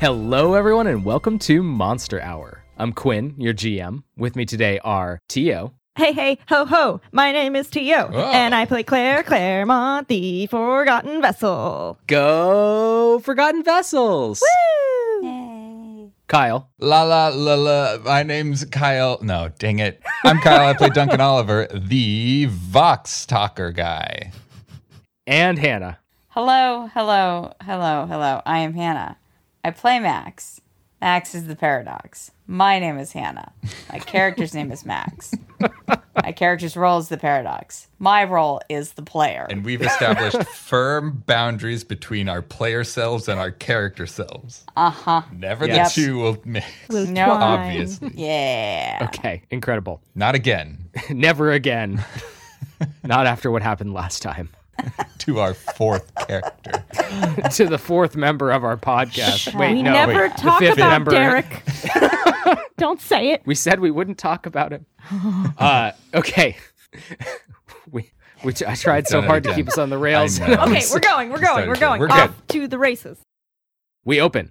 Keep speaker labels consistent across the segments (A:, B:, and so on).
A: Hello, everyone, and welcome to Monster Hour. I'm Quinn, your GM. With me today are Tio.
B: Hey, hey, ho, ho. My name is Tio,
C: Oh.
B: and I play Claire Claremont, the Forgotten Vessel.
A: Go Forgotten Vessels. Kyle.
C: La la la la. My name's Kyle. No, dang it. I'm Kyle. I play Duncan Oliver, the Vox talker guy.
A: And Hannah.
D: Hello, hello, hello, hello. I am Hannah. I play Max. Max is the paradox. My name is Hannah. My character's name is Max. My character's role is the paradox. My role is the player.
C: And we've established firm boundaries between our player selves and our character selves.
D: Uh huh.
C: Never
A: Yes.
C: the two will mix.
B: Will
D: No.
B: twine.
C: Obviously.
D: Yeah.
A: Okay, incredible.
C: Not again.
A: Never again. Not after what happened last time.
C: To our fourth character.
A: to the fourth member of our podcast. Wait,
B: we
A: no,
B: never
A: wait.
B: talk
A: the fifth
B: about
A: member.
B: Derek. Don't say it.
A: We said we wouldn't talk about him. Uh, okay. we, we t- I tried so
C: Done it
A: hard to
C: again.
A: keep us on the rails.
C: I know.
B: Okay, we're going, we're going,
C: started
B: we're
C: to-
B: going.
C: we're
B: Off to the races.
A: we open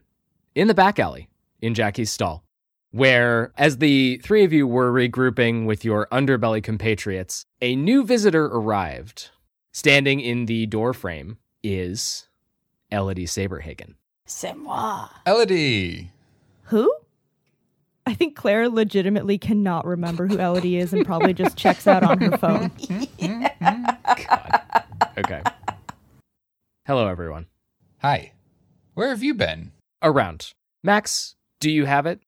A: in the back alley in Jackie's stall, where, as the three of you were regrouping with your underbelly compatriots, a new visitor arrived. Standing in the door frame is Elodie Saberhagen.
D: C'est moi.
C: Elodie.
B: Who? I think Claire legitimately cannot remember who Elodie is and probably just checks out on her phone.
A: Okay. Hello, everyone.
C: Hi. Where have you been?
A: Around. Max, do you have it?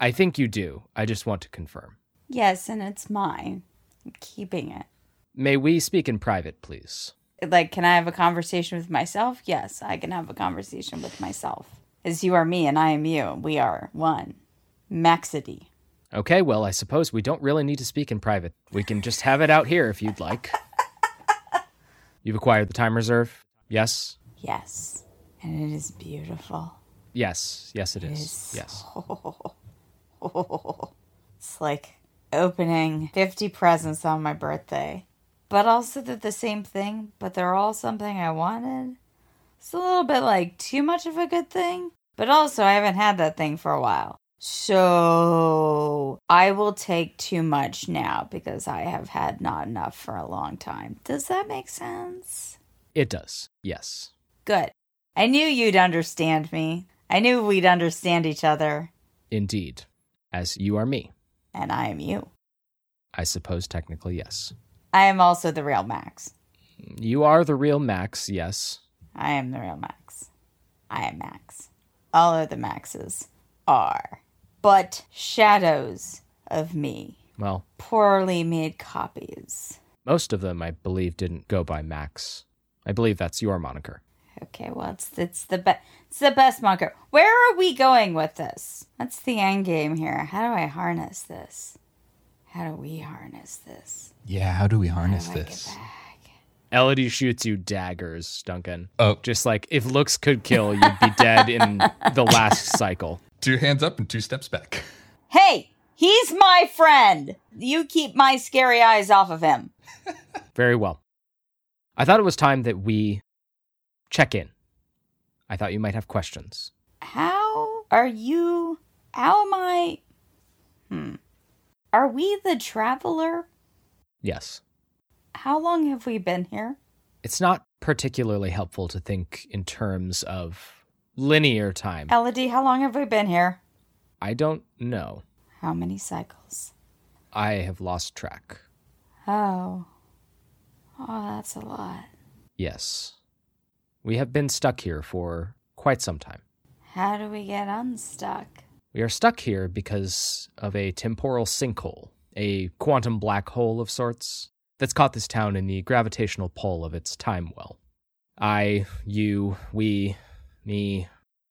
A: I think you do. I just want to confirm.
D: Yes, and it's mine. I'm keeping it.
A: May we speak in private, please?
D: Like, can I have a conversation with myself? Yes, I can have a conversation with myself. As you are me and I am you, we are one. Maxity.
A: Okay, well, I suppose we don't really need to speak in private. We can just have it out here if you'd like. You've acquired the time reserve? Yes.
D: Yes. And it is beautiful.
A: Yes. Yes, it is.
D: Yes.
A: Yes.
D: It's like opening 50 presents on my birthday. But also they're the same thing, but they're all something I wanted. It's a little bit like too much of a good thing, but also I haven't had that thing for a while. So I will take too much now because I have had not enough for a long time. Does that make sense?
A: It does. Yes.
D: Good. I knew you'd understand me. I knew we'd understand each other.
A: Indeed. As you are me.
D: And I am you.
A: I suppose technically, yes.
D: I am also the real Max.
A: You are the real Max, yes.
D: I am the real Max. I am Max. All other Maxes are but shadows of me,
A: Well,
D: poorly made copies.
A: most of them, I believe, didn't go by Max. I believe that's your moniker.
D: Okay, well, it's, it's the best. It's the best mocker. Where are we going with this? What's the end game here? How do I harness this? How do we harness this?
C: Yeah, how do we harness
D: How do Oh, I get
C: this?
D: back?
A: Elodie shoots you daggers, Duncan.
C: Oh.
A: Just like if looks could kill, you'd be dead in the last cycle.
C: Two hands up and two steps back.
D: Hey, he's my friend. You keep my scary eyes off of him.
A: Very well. I thought it was time that we check in. I thought you might have questions.
D: How are you? How am I? Hmm. Are we the traveler?
A: Yes.
D: How long have we been here?
A: It's not particularly helpful to think in terms of linear time.
D: Elodie, how long have we been here?
A: I don't know.
D: How many cycles?
A: I have lost track.
D: Oh. Oh, that's a lot.
A: Yes. We have been stuck here for quite some time.
D: How do we get unstuck?
A: We are stuck here because of a temporal sinkhole, a quantum black hole of sorts, that's caught this town in the gravitational pull of its time well. I, you, we, me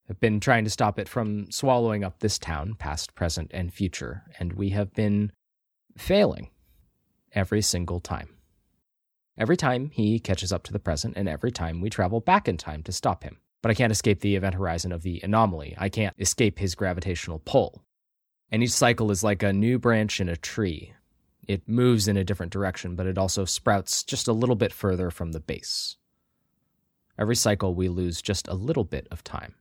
A: have been trying to stop it from swallowing up this town, past, present, and future, and we have been failing every single time. Every time he catches up to the present, and every time we travel back in time to stop him. But I can't escape the event horizon of the anomaly. I can't escape his gravitational pull. And each cycle is like a new branch in a tree. It moves in a different direction, but it also sprouts just a little bit further from the base. Every cycle, we lose just a little bit of time.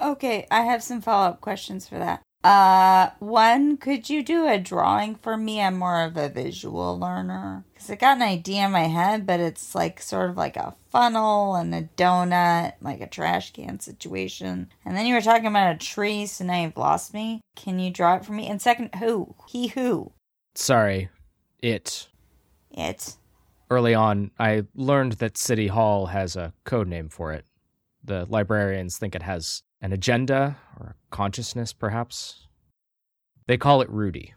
D: Okay, I have some follow up questions for that. Uh, one, could you do a drawing for me? I'm more of a visual learner because I got an idea in my head, but it's like sort of like a funnel and a donut, like a trash can situation. And then you were talking about a tree, so now you've lost me. Can you draw it for me? And second, who? He who?
A: Sorry, it.
D: It.
A: Early on, I learned that City Hall has a code name for it. The librarians think it has an agenda or a consciousness, perhaps. They call it Rudy,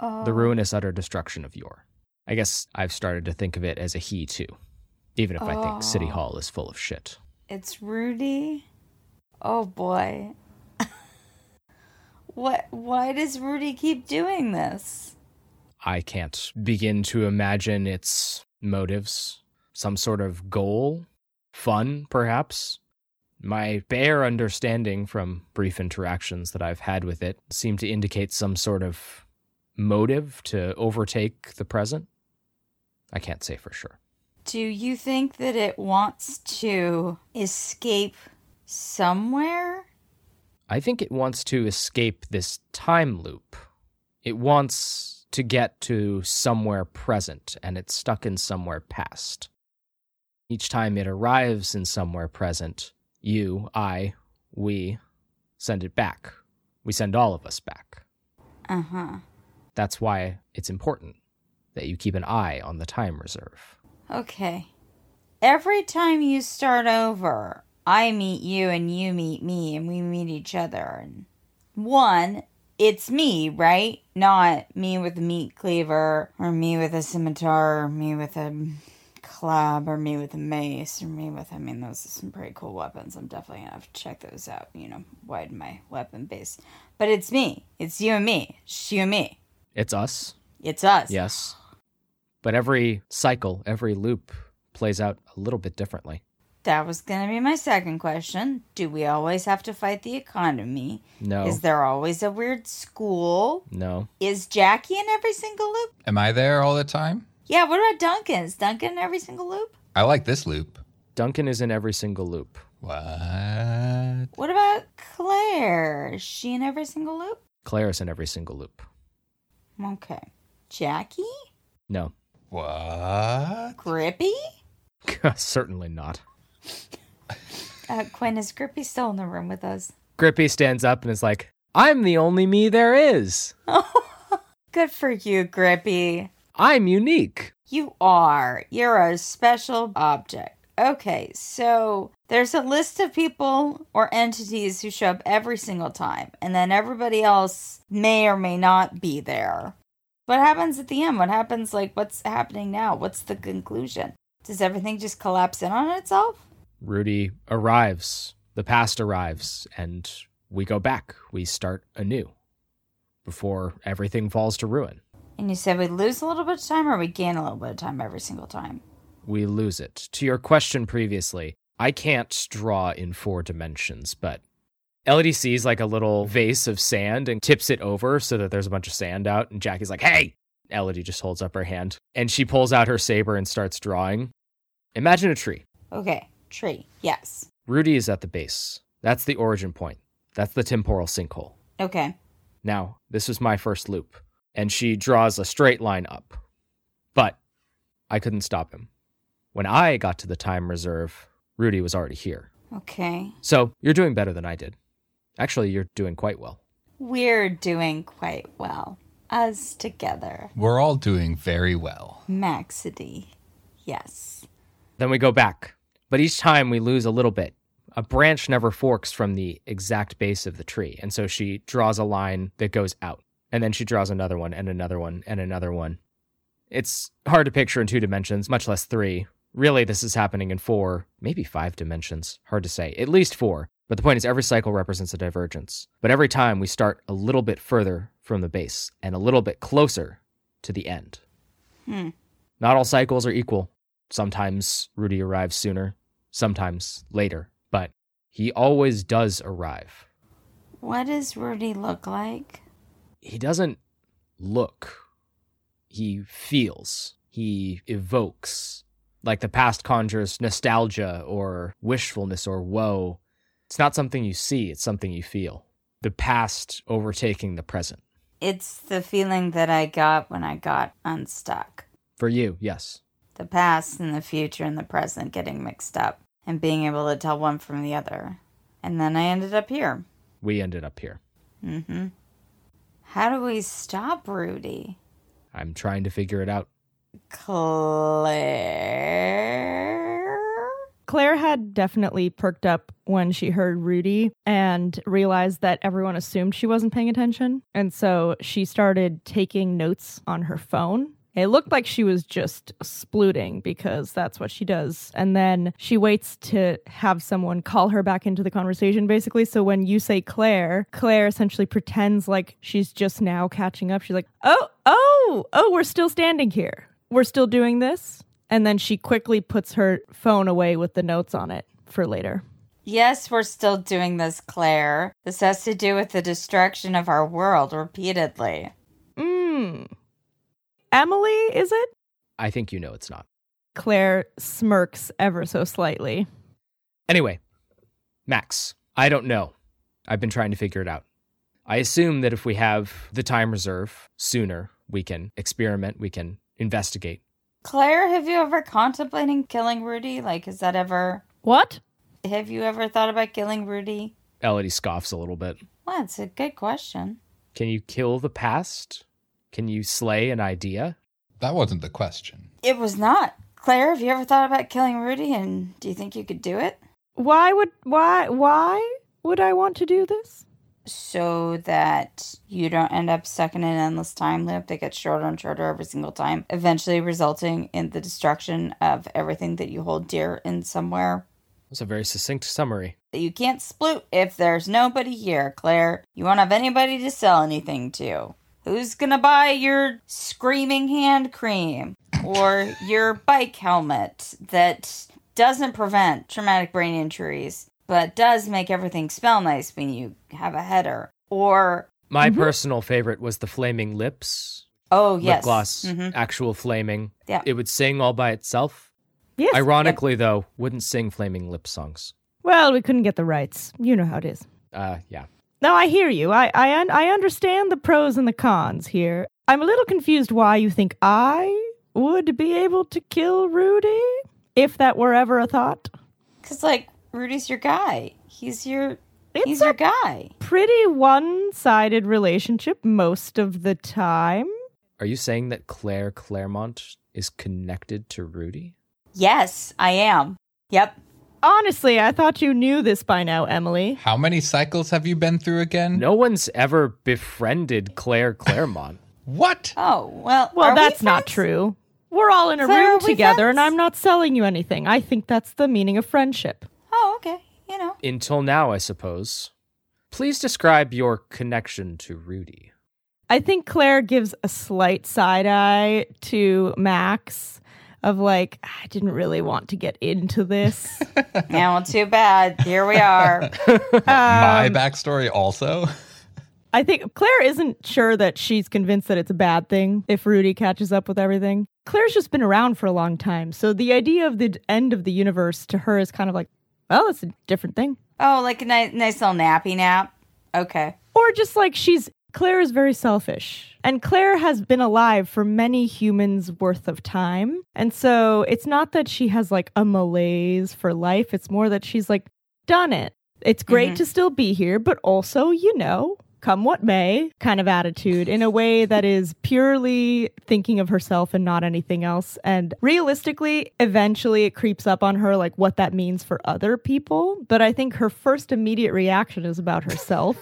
D: Oh.
A: the ruinous utter destruction of yore. I guess I've started to think of it as a he, too, even if I think City
D: Oh.
A: Hall is full of shit.
D: It's Rudy. Oh boy. what? Why does Rudy keep doing this?
A: I can't begin to imagine its motives. Some sort of goal? Fun, perhaps? My bare understanding from brief interactions that I've had with it seem to indicate some sort of motive to overtake the present. I can't say for sure.
D: Do you think that it wants to escape somewhere?
A: I think it wants to escape this time loop. It wants to get to somewhere present, and it's stuck in somewhere past. Each time it arrives in somewhere present, you, I, we send it back. We send all of us back.
D: Uh huh.
A: That's why it's important that you keep an eye on the time reserve.
D: Okay. Every time you start over, I meet you and you meet me and we meet each other. And one, it's me, right? Not me with a meat cleaver or me with a scimitar or me with a club or me with a mace or me with, I mean, those are some pretty cool weapons. I'm definitely going to have to check those out, you know, widen my weapon base. But it's me. It's you and me. It's you and me.
A: It's us,
D: It's us.
A: yes. But every cycle, every loop plays out a little bit differently.
D: That was going to be my second question. Do we always have to fight the economy?
A: No.
D: Is there always a weird school?
A: no.
D: Is Jackie in every single loop?
C: Am I there all the time?
D: Yeah, what about Duncan? Is Duncan in every single loop?
C: I like this loop.
A: Duncan is in every single loop.
C: What?
D: What about Claire? Is she in every single loop?
A: Claire is in every single loop.
D: Okay. Jackie?
A: No,
C: What?
D: Grippy?
A: certainly not.
D: Uh, Quinn, is Grippy still in the room with us?
A: Grippy stands up and is like, I'm the only me there is.
D: Good for you, Grippy.
A: I'm unique.
D: You are. You're a special object. Okay, so there's a list of people or entities who show up every single time, and then everybody else may or may not be there. What happens at the end? What happens, like, what's happening now? What's the conclusion? Does everything just collapse in on itself?
A: Rudy arrives, the past arrives, and we go back. We start anew before everything falls to ruin.
D: And you said we lose a little bit of time or we gain a little bit of time every single time?
A: We lose it. To your question previously, I can't draw in four dimensions, but E Elodie sees like a little vase of sand and tips it over so that there's a bunch of sand out. And Jackie's like, hey! Elodie just holds up her hand and she pulls out her saber and starts drawing. Imagine a tree.
D: Okay, tree. Yes.
A: Rudy is at the base. That's the origin point. That's the temporal sinkhole.
D: Okay.
A: Now, this is my first loop. And she draws a straight line up. But I couldn't stop him. When I got to the time reserve, Rudy was already here.
D: Okay.
A: So you're doing better than I did. Actually, you're doing quite well.
D: We're doing quite well. Us together.
C: We're all doing very well.
D: Maxity. Yes.
A: Then we go back. But each time we lose a little bit. A branch never forks from the exact base of the tree. And so she draws a line that goes out. And then she draws another one and another one and another one. It's hard to picture in two dimensions, much less three. Really, this is happening in four, maybe five dimensions. Hard to say. At least four. But the point is, every cycle represents a divergence. But every time we start a little bit further from the base and a little bit closer to the end.
D: Hmm.
A: Not all cycles are equal. Sometimes Rudy arrives sooner, sometimes later, but he always does arrive.
D: What does Rudy look like?
A: He doesn't look, he feels, he evokes. Like the past conjures nostalgia or wishfulness or woe. It's not something you see, it's something you feel. The past overtaking the present.
D: It's the feeling that I got when I got unstuck.
A: For you, yes.
D: The past and the future and the present getting mixed up and being able to tell one from the other. And then I ended up here.
A: We ended up here.
D: Mm-hmm. How do we stop Rudy?
A: I'm trying to figure it out.
D: Claire?
B: Claire had definitely perked up when she heard Rudy and realized that everyone assumed she wasn't paying attention. And so she started taking notes on her phone. It looked like she was just splooting because that's what she does. And then she waits to have someone call her back into the conversation, basically. So when you say Claire, Claire essentially pretends like she's just now catching up. She's like, oh, oh, oh, we're still standing here. We're still doing this and then she quickly puts her phone away with the notes on it for later.
D: Yes, we're still doing this, Claire. This has to do with the destruction of our world repeatedly.
B: Mm. Emily, is it?
A: I think you know it's not.
B: Claire smirks ever so slightly.
A: Anyway, Max, I don't know. I've been trying to figure it out. I assume that if we have the time reserve sooner, we can experiment, we can investigate.
D: Claire, have you ever contemplating killing Rudy? Like, is that ever.
B: What?
D: Have you ever thought about killing Rudy?
A: Elodie scoffs a little bit.
D: Well, that's a good question.
A: Can you kill the past? Can you slay an idea?
C: That wasn't the question.
D: It was not. Claire, have you ever thought about killing Rudy and do you think you could do it?
B: Why would why why would I want to do this?
D: so that you don't end up stuck in an endless time loop that gets shorter and shorter every single time, eventually resulting in the destruction of everything that you hold dear in somewhere.
A: That's a very succinct summary.
D: You can't split if there's nobody here, Claire. You won't have anybody to sell anything to. Who's gonna buy your screaming hand cream or your bike helmet that doesn't prevent traumatic brain injuries but does make everything smell nice when you have a header. Or
A: My personal favorite was the flaming lips.
D: oh yes,
A: Lip gloss,
D: Mhm.
A: actual flaming.
D: Yeah.
A: It would sing all by itself.
B: Yes.
A: Ironically, though, wouldn't sing flaming lip songs.
B: well, we couldn't get the rights. You know how it is.
A: Uh, yeah.
B: No, I hear you. I I un- I understand the pros and the cons here. I'm a little confused why you think I would be able to kill Rudy if that were ever a thought.
D: Because like Rudy's your guy. He's your
B: It's
D: he's
B: a
D: your guy.
B: pretty one-sided relationship most of the time.
A: Are you saying that Claire Claremont is connected to Rudy?
D: Yes, I am. Yep.
B: Honestly, I thought you knew this by now, Emily.
C: How many cycles have you been through again?
A: No one's ever befriended Claire Claremont.
C: What?
D: Oh well.
B: Well,
D: are we
B: that's not
D: friends?
B: true. We're all in a
D: Claire, are
B: room
D: we
B: together, and
D: friends?
B: I'm not selling you anything. I think that's the meaning of friendship.
D: Oh okay. You know.
A: Until now, I suppose. Please describe your connection to Rudy.
B: I think Claire gives a slight side eye to Max of like, I didn't really want to get into this.
D: yeah. Well, too bad. Here we are.
C: My
B: Um,
C: backstory also?
B: I think Claire isn't sure that she's convinced that it's a bad thing if Rudy catches up with everything. Claire's just been around for a long time. So the idea of the d- end of the universe to her is kind of like, well, it's a different thing.
D: oh, like a nice, nice little nappy nap. Okay.
B: Or just like she's, Claire is very selfish. And Claire has been alive for many humans' worth of time. And so it's not that she has like a malaise for life, it's more that she's like, done it. It's great to still be here, but also, you know, come what may kind of attitude in a way that is purely thinking of herself and not anything else. And realistically, eventually it creeps up on her like what that means for other people. But I think her first immediate reaction is about herself.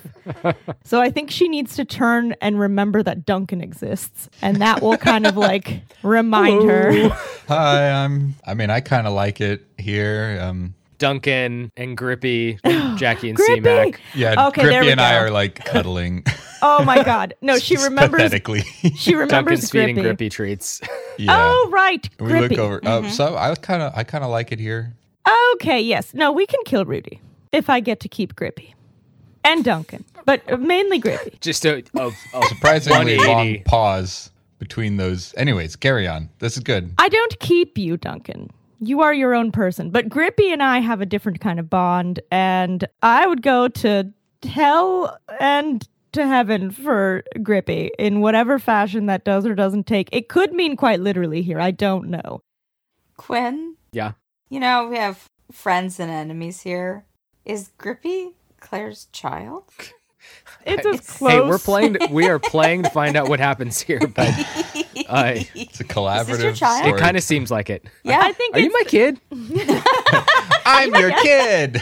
B: so I think she needs to turn and remember that Duncan exists. And that will kind of like remind her.
C: Hi, I'm. I mean, I kind of like it here. Um,
A: Duncan and Grippy, Jackie and
B: Grippy!
A: C-Mac.
C: yeah,
B: Okay, there
C: Grippy
B: we
C: and I
B: go.
C: are like cuddling.
B: Oh my God. No, she
C: just
B: remembers.
C: pathetically.
B: She remembers
A: Duncan's feeding
B: Grippy.
A: Grippy treats.
C: yeah.
B: Oh, right.
C: we
B: Grippy. Mm-hmm.
C: look over. Uh, so I was kind of. I kind of like it here.
B: Okay, yes. No, we can kill Rudy if I get to keep Grippy and Duncan, but mainly Grippy.
A: Just a, a, a
C: Surprisingly
A: 180.
C: long pause between those. Anyways, carry on. This is good.
B: I don't keep you, Duncan. You are your own person. But Grippy and I have a different kind of bond, and I would go to hell and to heaven for Grippy in whatever fashion that does or doesn't take. It could mean quite literally here. I don't know.
D: Quinn?
A: Yeah.
D: You know, we have friends and enemies here. Is Grippy Claire's child?
B: It's as close.
A: Hey, we're playing. We are playing to find out what happens here, but uh,
C: It's a collaborative.
D: child?
A: it kind of seems like it.
D: Yeah.
B: I think
A: Are
B: it's,
A: you my kid?
C: I'm your kid,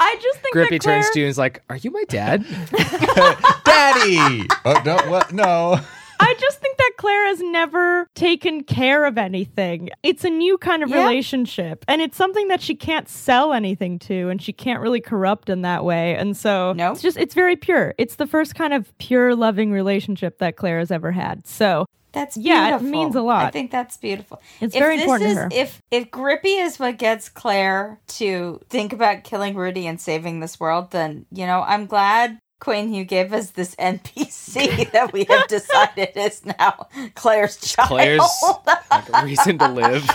B: I just think
A: Grippy
B: that Claire,
A: turns to you and is like, "Are you my dad?"
C: Daddy. Oh no! What? No.
B: I just think that Claire has never taken care of anything. It's a new kind of
D: Yeah.
B: relationship, and it's something that she can't sell anything to, and she can't really corrupt in that way. And so,
D: No.
B: it's just it's very pure. It's the first kind of pure, loving relationship that Claire has ever had. So,
D: That's
B: Yeah, it
D: beautiful.
B: means a lot.
D: I think that's beautiful.
B: It's very
D: this
B: important
D: is,
B: to her.
D: If if Grippy is what gets Claire to think about killing Rudy and saving this world, then you know I'm glad Quinn you gave us this NPC that we have decided is now Claire's child.
A: Claire's like a reason to live.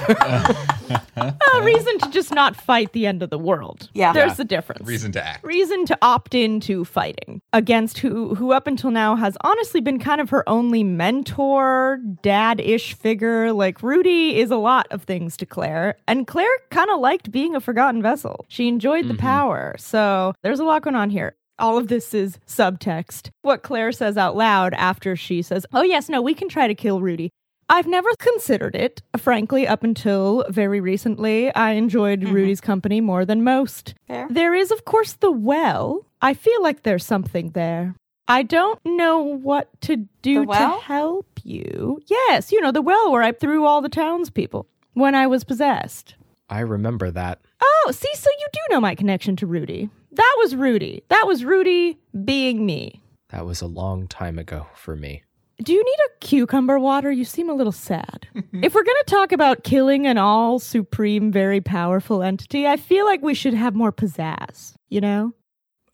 B: a reason to just not fight the end of the world.
D: Yeah.
B: there's
A: Yeah.
B: the difference.
C: Reason to act.
B: reason to opt into fighting against who who up until now has honestly been kind of her only mentor, dad-ish figure. Like Rudy is a lot of things to Claire, and Claire kind of liked being a forgotten vessel. She enjoyed the power. So there's a lot going on here. All of this is subtext. What Claire says out loud after she says, "Oh yes, no, we can try to kill Rudy." I've never considered it, frankly, up until very recently. I enjoyed Rudy's company more than most.
D: Fair.
B: There is, of course, the well. I feel like there's something there. I don't know what to do
D: The well?
B: to help you. Yes, you know, the well where I threw all the townspeople when I was possessed.
A: I remember that.
B: Oh, see, so you do know my connection to Rudy. That was Rudy. That was Rudy being me.
A: That was a long time ago for me.
B: Do you need a cucumber water? You seem a little sad.
D: Mm-hmm.
B: if we're going to talk about killing an all supreme, very powerful entity, I feel like we should have more pizzazz, you know?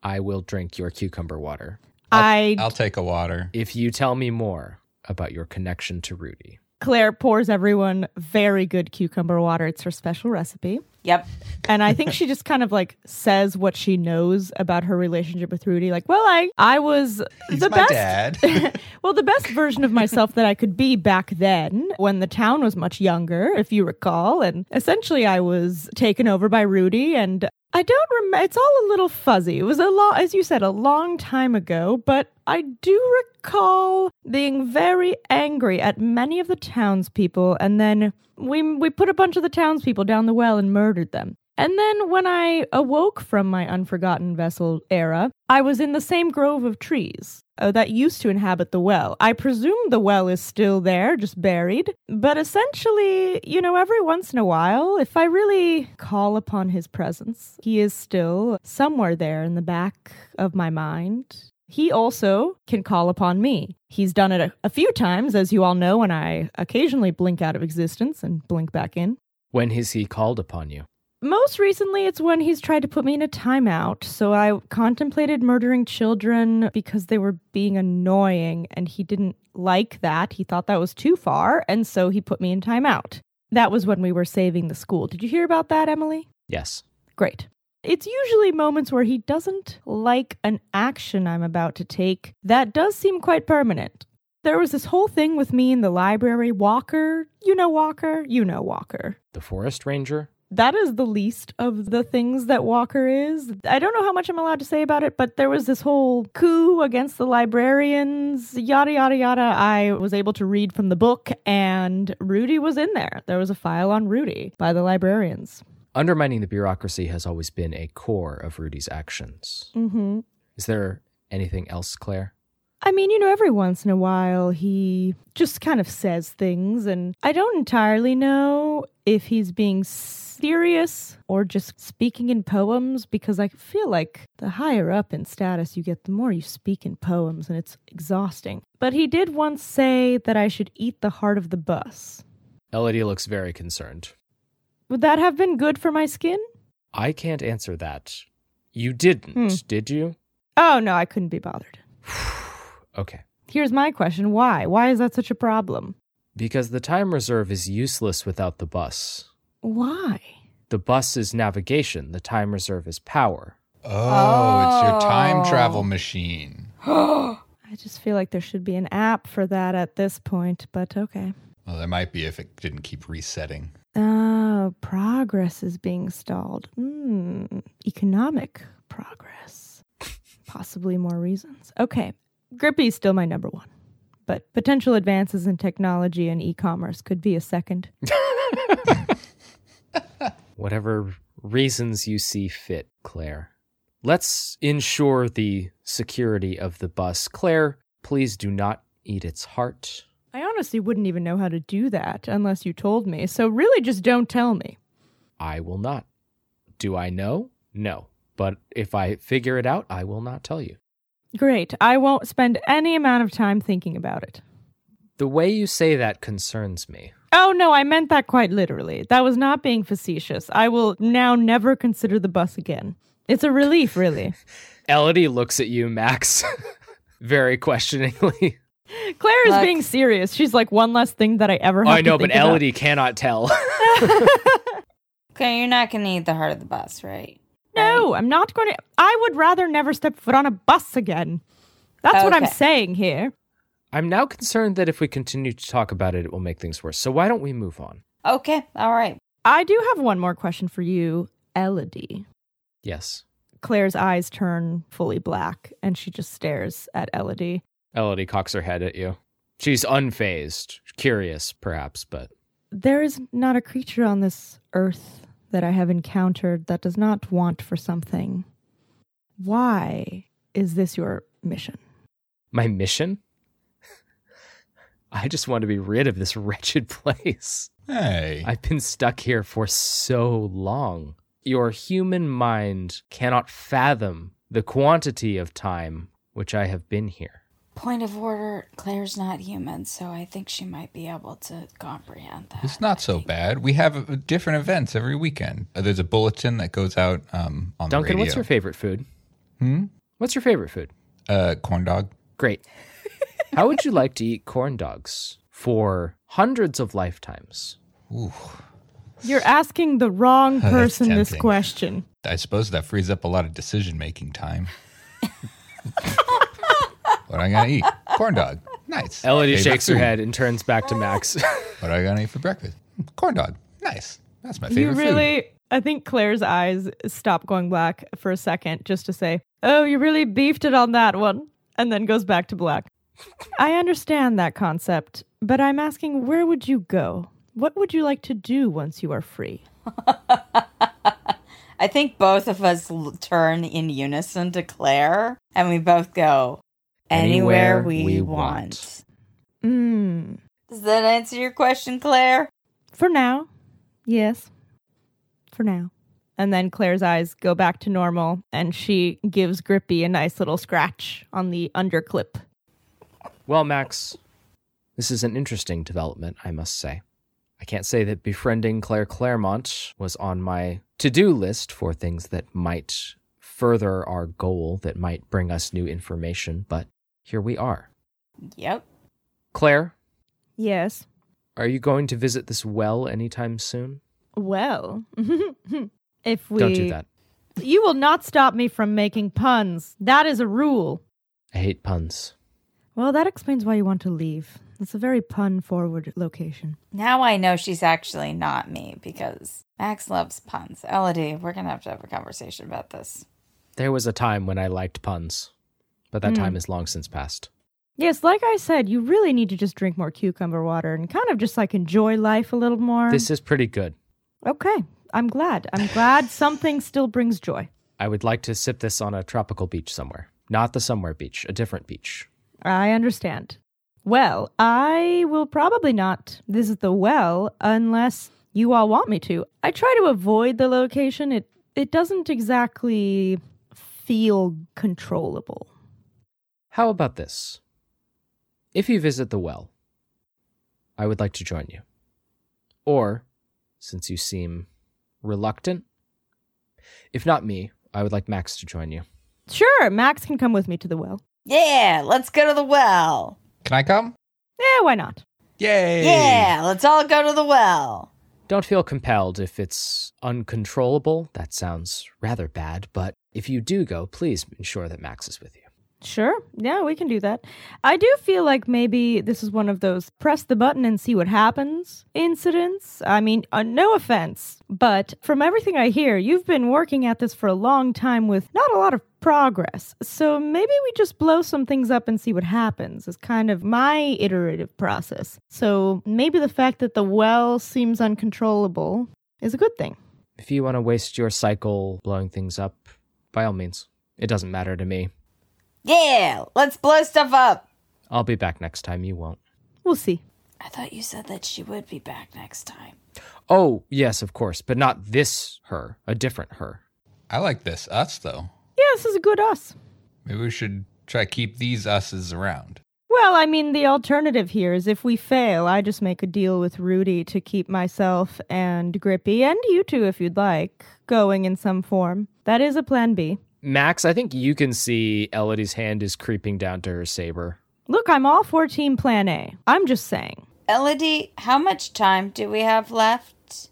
A: I will drink your cucumber water
B: I
C: I'll take a water.
A: if you tell me more about your connection to Rudy.
B: Claire pours everyone very good cucumber water. It's her special recipe.
D: Yep.
B: And I think she just kind of like says what she knows about her relationship with Rudy. Like, well, I I was
C: He's
B: the
C: my
B: best
C: dad.
B: well, the best version of myself that I could be back then when the town was much younger, if you recall. And essentially, I was taken over by Rudy and. I don't remember. It's all a little fuzzy. It was a lot, as you said, a long time ago, but I do recall being very angry at many of the townspeople. And then we, we put a bunch of the townspeople down the well and murdered them. And then when I awoke from my unforgotten vessel era, I was in the same grove of trees uh, that used to inhabit the well. I presume the well is still there, just buried. But essentially, you know, every once in a while, if I really call upon his presence, he is still somewhere there in the back of my mind. He also can call upon me. He's done it a, a few times, as you all know, and I occasionally blink out of existence and blink back in.
A: When has he called upon you?
B: Most recently, it's when he's tried to put me in a timeout. So I contemplated murdering children because they were being annoying, and he didn't like that. He thought that was too far, and so he put me in timeout. That was when we were saving the school. Did you hear about that, Emily?
A: Yes.
B: Great. It's usually moments where he doesn't like an action I'm about to take that does seem quite permanent. There was this whole thing with me in the library. Walker, you know Walker, you know Walker
A: The forest ranger?
B: that is the least of the things that Walker is. I don't know how much I'm allowed to say about it, but there was this whole coup against the librarians, yada, yada, yada. I was able to read from the book, and Rudy was in there. There was a file on Rudy by the librarians.
A: Undermining the bureaucracy has always been a core of Rudy's actions.
B: hmm
A: Is there anything else, Claire?
B: I mean, you know, every once in a while he just kind of says things, and I don't entirely know if he's being serious or just speaking in poems because I feel like the higher up in status you get, the more you speak in poems, and it's exhausting. But he did once say that I should eat the heart of the bus.
A: Elodie looks very concerned.
B: Would that have been good for my skin?
A: I can't answer that. You didn't,
B: Hmm.
A: did you?
B: Oh, no, I couldn't be bothered.
A: Okay.
B: Here's my question why? Why is that such a problem?
A: Because the time reserve is useless without the bus.
B: Why?
A: The bus is navigation, the time reserve is power.
C: Oh, it's your time
D: Oh.
C: travel machine.
B: I just feel like there should be an app for that at this point, but okay.
C: Well, there might be if it didn't keep resetting.
B: Oh, progress is being stalled. Hmm. Economic progress. Possibly more reasons. Okay. Grippy is still my number one, but potential advances in technology and e commerce could be a second.
A: Whatever reasons you see fit, Claire. Let's ensure the security of the bus. Claire, please do not eat its heart.
B: I honestly wouldn't even know how to do that unless you told me. So really just don't tell me.
A: I will not. Do I know? No. But if I figure it out, I will not tell you.
B: Great. I won't spend any amount of time thinking about it.
A: The way you say that concerns me.
B: Oh no, I meant that quite literally. That was not being facetious. I will now never consider the bus again. It's a relief, really.
A: Elodie looks at you, Max, very questioningly.
B: Claire is
D: Look.
B: being serious. She's like one less thing that I ever have
A: Oh, I know,
B: to
A: but
B: think about."
A: Elodie cannot tell.
D: Okay, you're not gonna eat the heart of the bus, right?
B: No, I'm not going to I would rather never step foot on a bus again. That's what I'm
D: Okay.
B: saying here.
A: I'm now concerned that if we continue to talk about it, it will make things worse. So why don't we move on?
D: Okay, all right.
B: I do have one more question for you, Elodie.
A: Yes.
B: Claire's eyes turn fully black and she just stares at Elodie.
A: Elodie cocks her head at you. She's unfazed, curious, perhaps, but
B: There is not a creature on this earth that I have encountered that does not want for something. Why is this your mission?
A: my mission? I just want to be rid of this wretched place.
C: Hey.
A: I've been stuck here for so long. Your human mind cannot fathom the quantity of time which I have been here.
D: Point of order: Claire's not human, so I think she might be able to comprehend that.
C: It's not so bad. We have uh, different events every weekend. Uh, There's a bulletin that goes out um, on
A: Duncan,
C: the radio.
A: what's your favorite food?
C: Hmm?
A: What's your favorite food?
C: Uh, corn dog.
A: Great. How would you like to eat corn dogs for hundreds of lifetimes?
C: Ooh,
B: You're asking the wrong
C: That's
B: person this
C: tempting.
B: question.
C: I suppose that frees up a lot of decision making time. what am I gonna eat? Corn dog. Nice.
A: Elodie
C: Favorite
A: shakes her
C: food.
A: head and turns back to Max.
C: What am I gonna eat for breakfast? Hmm, Corn dog. Nice. That's my
B: You
C: favorite
B: really, I think Claire's eyes stop going black for a second just to say, Oh, you really beefed it on that one, and then goes back to black. I understand that concept, but I'm asking, where would you go? What would you like to do once you are free?
D: I think both of us l- turn in unison to Claire, and we both go anywhere,
A: Anywhere
D: we,
A: we
D: want.
A: want.
B: Mm,
D: Does that answer your question, Claire?
B: for now, yes. For now. And then Claire's eyes go back to normal, and she gives Grippy a nice little scratch on the underclip.
A: well, Max, this is an interesting development, I must say. I can't say that befriending Claire Claremont was on my to do list for things that might further our goal, that might bring us new information, but here we are.
D: Yep.
A: Claire,
B: Yes.
A: are you going to visit this well anytime soon?
B: Well, if we
A: Don't do that.
B: you will not stop me from making puns. That is a rule.
A: I hate puns.
B: Well, that explains why you want to leave. It's a very pun-forward location.
D: Now I know she's actually not me because Max loves puns. Elodie, we're gonna have to have a conversation about this.
A: There was a time when I liked puns, but that
B: Hmm.
A: time is long since past.
B: Yes, like I said, you really need to just drink more cucumber water and kind of just like enjoy life a little more.
A: This is pretty good.
B: okay, I'm glad. I'm glad something still brings joy.
A: I would like to sip this on a tropical beach somewhere. Not the somewhere beach, a different beach.
B: I understand. Well, I will probably not visit the well unless you all want me to. I try to avoid the location. It it doesn't exactly feel controllable.
A: How about this? If you visit the well, I would like to join you. Or, since you seem reluctant, if not me, I would like Max to join you.
B: Sure, Max can come with me to the well.
D: Yeah, let's go to the well.
C: food. Can I come?
B: Eh, why not?
C: Yay!
D: Yeah, let's all go to the well.
A: Don't feel compelled if it's uncontrollable. That sounds rather bad, but if you do go, please ensure that Max is with you.
B: Sure. Yeah, we can do that. I do feel like maybe this is one of those press the button and see what happens incidents. I mean, uh, no offense, but from everything I hear, you've been working at this for a long time with not a lot of progress. So maybe we just blow some things up and see what happens is kind of my iterative process. So maybe the fact that the well seems uncontrollable is a good thing.
A: If you want to waste your cycle blowing things up, by all means, it doesn't matter to me.
D: Yeah, let's blow stuff up.
A: I'll be back next time. You won't.
B: We'll see.
D: I thought you said that she would be back next time.
A: Oh, yes, of course, but not this her, a different her.
C: I like this us though.
B: Yeah, this is a good us.
C: Maybe we should try to keep these us's around.
B: Well, I mean, the alternative here is if we fail, I just make a deal with Rudy to keep myself and Grippy and you two, if you'd like, going in some form. That is a plan B.
A: Max, I think you can see Elodie's hand is creeping down to her saber.
B: Look, I'm all for Team Plan A. I'm just saying.
D: Elodie, how much time do we have left?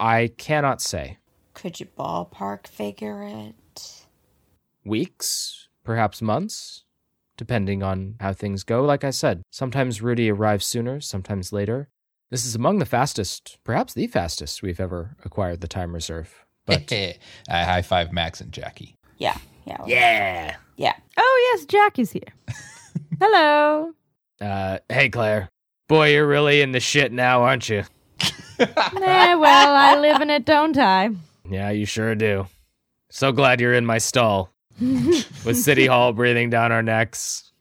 A: I cannot say.
D: Could you ballpark figure it?
A: Weeks, perhaps months, depending on how things go. Like I said, sometimes Rudy arrives sooner, sometimes later. This is among the fastest, perhaps the fastest, we've ever acquired the time reserve. But
C: I high five Max and Jackie.
D: Yeah, yeah,
A: yeah.
D: yeah.
B: Oh, yes, Jack is here. Hello.
A: Uh, hey, Claire. Boy, you're really in the shit now, aren't you?
B: Eh, well, I live in it, don't I?
A: Yeah, you sure do. So glad you're in my stall with City Hall breathing down our necks.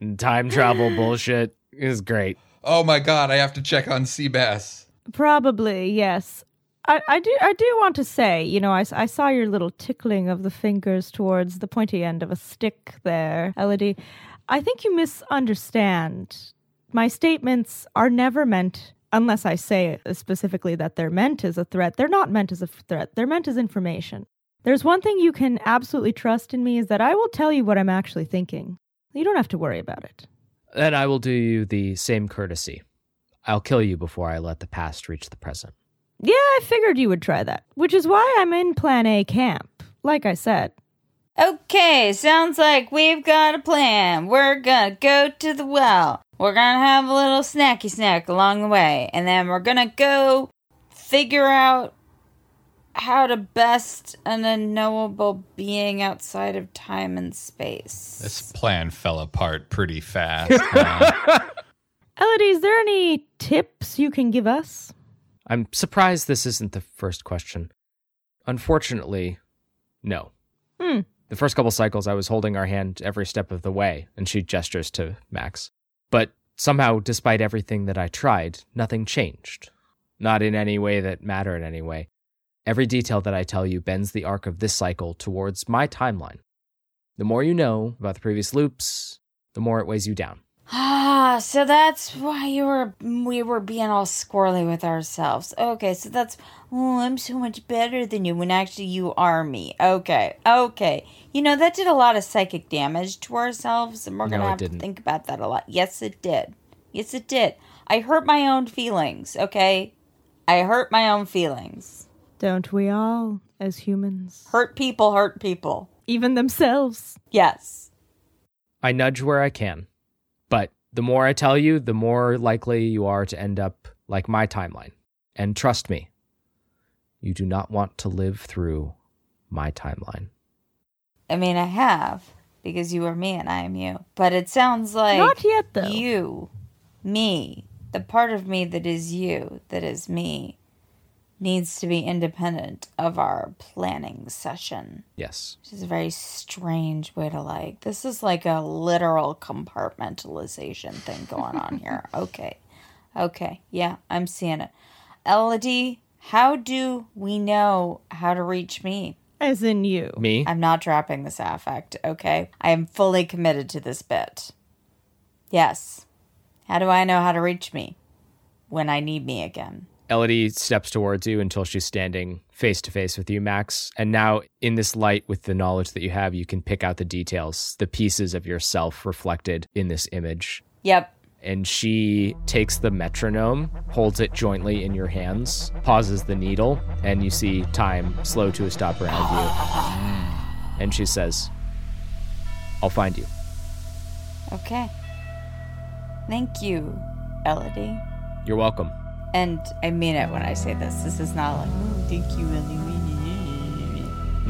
A: and Time travel bullshit is great.
C: Oh my god, I have to check on Seabass.
B: Probably, yes. I, I do I do want to say, you know, I, s- I saw your little tickling of the fingers towards the pointy end of a stick there, Elodie. I think you misunderstand. My statements are never meant, unless I say uh, specifically that they're meant as a threat, they're not meant as a f- threat, they're meant as information. There's one thing you can absolutely trust in me is that I will tell you what I'm actually thinking. You don't have to worry about it.
A: Then I will do you the same courtesy. I'll kill you before I let the past reach the present.
B: Yeah, I figured you would try that, which is why I'm in Plan A camp. Like I said,
D: Okay, sounds like we've got a plan. We're gonna go to the well. We're gonna have a little snacky snack along the way, and then we're gonna go figure out how to best an unknowable being outside of time and space.
C: This plan fell apart pretty fast. huh?
B: Elodie, is there any tips you can give us?
A: I'm surprised this isn't the first question. Unfortunately, no.
B: Hmm.
A: The first couple cycles, I was holding our hand every step of the way, and she gestures to Max. But somehow, despite everything that I tried, nothing changed. Not in any way that mattered, anyway. Every detail that I tell you bends the arc of this cycle towards my timeline. The more you know about the previous loops, the more it weighs you down.
D: Ah, so that's why you were we were being all squirrely with ourselves. Okay, so that's oh, I'm so much better than you when actually you are me. Okay, okay. You know that did a lot of psychic damage to ourselves, and we're
A: No,
D: gonna
A: it
D: have to
A: didn't.
D: think about that a lot. Yes, it did. Yes, it did. I hurt my own feelings. Okay, I hurt my own feelings.
B: Don't we all, as humans?
D: Hurt people, hurt people.
B: Even themselves.
D: Yes.
A: I nudge where I can. But the more I tell you, the more likely you are to end up like my timeline. And trust me, you do not want to live through my timeline.
D: I mean, I have because you are me and I am you. But it sounds like
B: Not yet, though.
D: You, me, the part of me that is you, that is me, needs to be independent of our planning session.
A: Yes.
D: Which is a very strange way to like. This is like a literal compartmentalization thing going on here. Okay. Okay. Yeah, I'm seeing it. Elodie, how do we know how to reach me?
B: As in you.
A: Me?
D: I'm not dropping this affect, okay? I am fully committed to this bit. Yes. How do I know how to reach me when I need me again?
A: Elodie steps towards you until she's standing face to face with you, Max. And now, in this light, with the knowledge that you have, you can pick out the details, the pieces of yourself reflected in this image.
D: Yep.
A: and she takes the metronome, holds it jointly in your hands, pauses the needle, and you see time slow to a stop around you. And she says, I'll find you.
D: Okay. Thank you, Elodie.
A: You're welcome.
D: And I mean it when I say this. This is not like, oh, thank you, Elodie.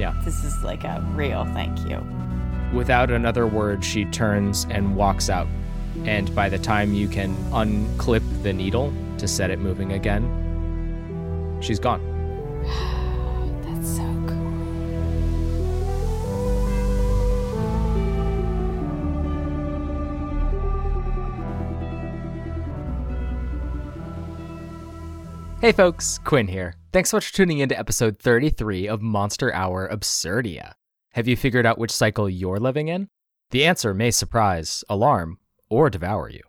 A: Yeah.
D: This is like a real thank you.
A: Without another word, she turns and walks out. And by the time you can unclip the needle to set it moving again, she's gone.
D: That's so cool.
A: Hey folks, Quinn here. Thanks so much for tuning in to episode 33 of Monster Hour Absurdia. Have you figured out which cycle you're living in? The answer may surprise, alarm, or devour you.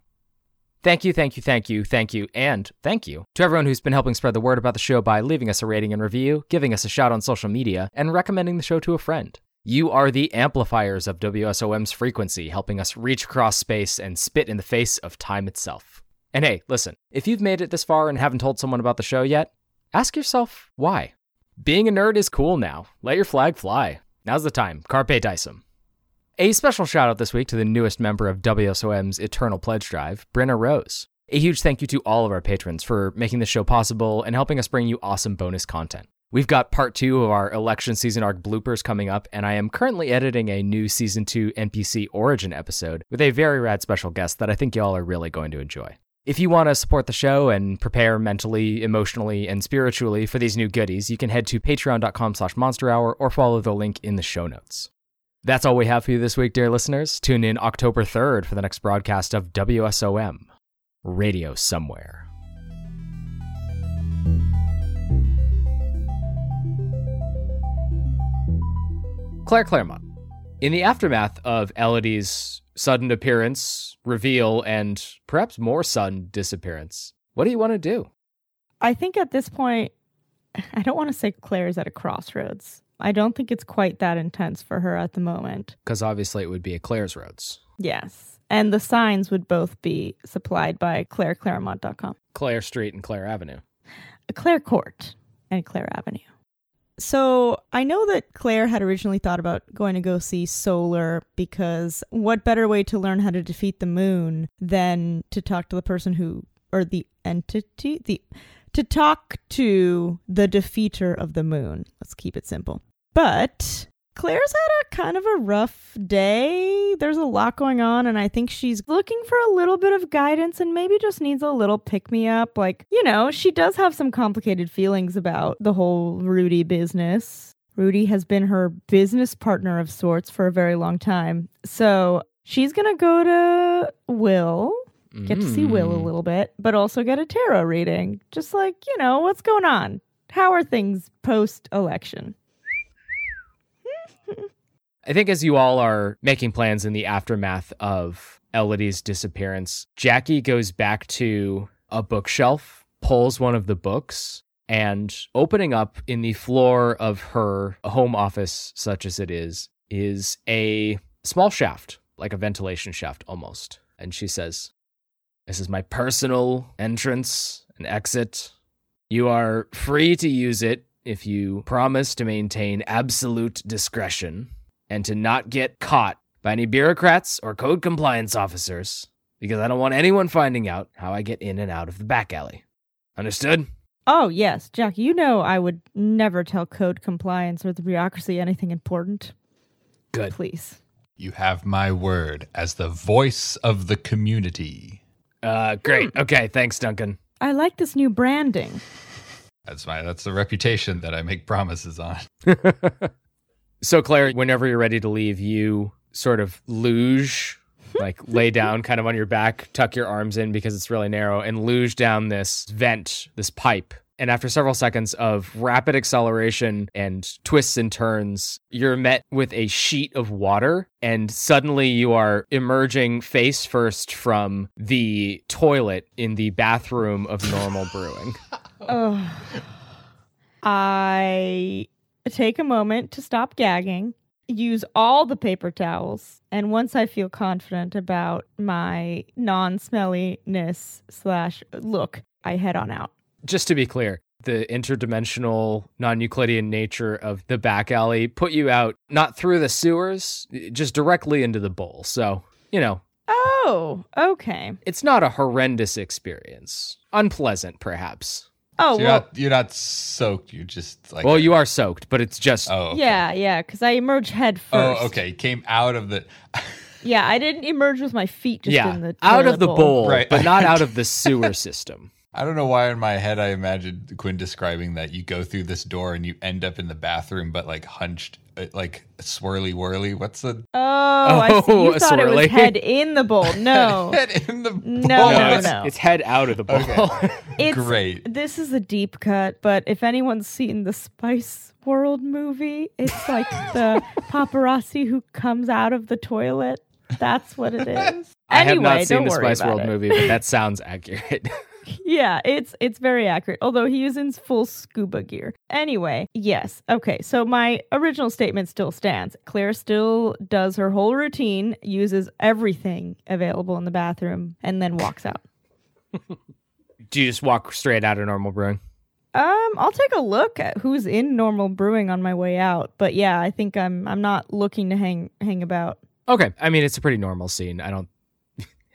A: Thank you, thank you, thank you, thank you, and thank you to everyone who's been helping spread the word about the show by leaving us a rating and review, giving us a shout on social media, and recommending the show to a friend. You are the amplifiers of WSOM's frequency, helping us reach across space and spit in the face of time itself. And hey, listen, if you've made it this far and haven't told someone about the show yet, ask yourself why. Being a nerd is cool now. Let your flag fly. Now's the time. Carpe dicem. A special shout out this week to the newest member of WSOM's Eternal Pledge Drive, Brenna Rose. A huge thank you to all of our patrons for making the show possible and helping us bring you awesome bonus content. We've got part two of our election season arc bloopers coming up, and I am currently editing a new season two NPC origin episode with a very rad special guest that I think y'all are really going to enjoy. If you want to support the show and prepare mentally, emotionally, and spiritually for these new goodies, you can head to patreon.com slash monster hour or follow the link in the show notes. That's all we have for you this week, dear listeners. Tune in October 3rd for the next broadcast of WSOM Radio Somewhere. Claire Claremont. In the aftermath of Elodie's sudden appearance, reveal, and perhaps more sudden disappearance, what do you want to do?
B: I think at this point, I don't want to say Claire's at a crossroads. I don't think it's quite that intense for her at the moment.
A: Because obviously it would be a Claire's Roads.
B: Yes. And the signs would both be supplied by claireclaremont.com,
A: Claire Street and Claire Avenue.
B: Claire Court, and Claire Avenue. So I know that Claire had originally thought about going to go see Solar because what better way to learn how to defeat the moon than to talk to the person who, or the entity, the to talk to the defeater of the moon. Let's keep it simple. But Claire's had a kind of a rough day. There's a lot going on, and I think she's looking for a little bit of guidance and maybe just needs a little pick me up. Like, you know, she does have some complicated feelings about the whole Rudy business. Rudy has been her business partner of sorts for a very long time. So she's going to go to Will get to see Will a
A: Mm.
B: little bit, but also get a tarot reading. Just like, you know, what's going on? How are things post election?
A: I think as you all are making plans in the aftermath of Elodie's disappearance, Jackie goes back to a bookshelf, pulls one of the books, and opening up in the floor of her home office, such as it is, is a small shaft, like a ventilation shaft almost. And she says, This is my personal entrance and exit. You are free to use it if you promise to maintain absolute discretion and to not get caught by any bureaucrats or code compliance officers because I don't want anyone finding out how I get in and out of the back alley. Understood?
B: Oh, yes, Jack, you know I would never tell code compliance or the bureaucracy anything important.
A: Good.
B: Please.
C: You have my word as the voice of the community.
A: Uh, great. Okay, thanks, Duncan.
B: I like this new branding.
C: That's my that's the reputation that I make promises on.
A: So, Claire, whenever you're ready to leave, you sort of luge, like lay down kind of on your back, tuck your arms in because it's really narrow, and luge down this vent, this pipe. And after several seconds of rapid acceleration and twists and turns, you're met with a sheet of water. And suddenly you are emerging face first from the toilet in the bathroom of normal brewing.
B: Ugh. I take a moment to stop gagging use all the paper towels. And once I feel confident about my non smelliness slash look, I head on out.
A: Just to be clear, the interdimensional non Euclidean nature of the back alley put you out not through the sewers, just directly into the bowl. So, you know,
B: Oh, okay.
A: it's not a horrendous experience. Unpleasant, perhaps.
B: Oh,
C: So you're,
B: well,
C: not, you're not soaked. You just like.
A: Well, you are soaked, but it's just
C: Oh. okay.
B: yeah, yeah, because I emerge head first.
C: Oh, okay. Came out of the.
B: Yeah, I didn't emerge with my feet just
A: yeah,
B: in the
A: out
B: toilet
A: of the bowl,
C: Right.
A: but not out of the sewer system.
C: I don't know why in my head I imagined Quinn describing that you go through this door and you end up in the bathroom, but like hunched, uh, like swirly whirly. What's the
B: Oh, I see.
A: Oh,
B: You thought it was
A: swirly.
B: head in the bowl. No.
C: head in the
B: No,
C: bowl?
B: Oh, no,
A: it's,
B: no.
A: it's head out of the bowl.
C: Okay.
B: it's,
C: Great.
B: This is a deep cut, but if anyone's seen the Spice World movie, it's like the paparazzi who comes out of the toilet. That's what it is.
A: I have
B: anyway,
A: not seen
B: don't
A: the
B: worry
A: Spice
B: about
A: World
B: it.
A: movie, but that sounds accurate.
B: Yeah, it's it's very accurate. Although he is in full scuba gear. Anyway, yes. Okay, so my original statement still stands. Claire still does her whole routine, uses everything available in the bathroom, and then walks out.
A: Do you just walk straight out of normal brewing?
B: Um, I'll take a look at who's in normal brewing on my way out. But yeah, I think I'm I'm not looking to hang hang about.
A: Okay. I mean, it's a pretty normal scene. I don't.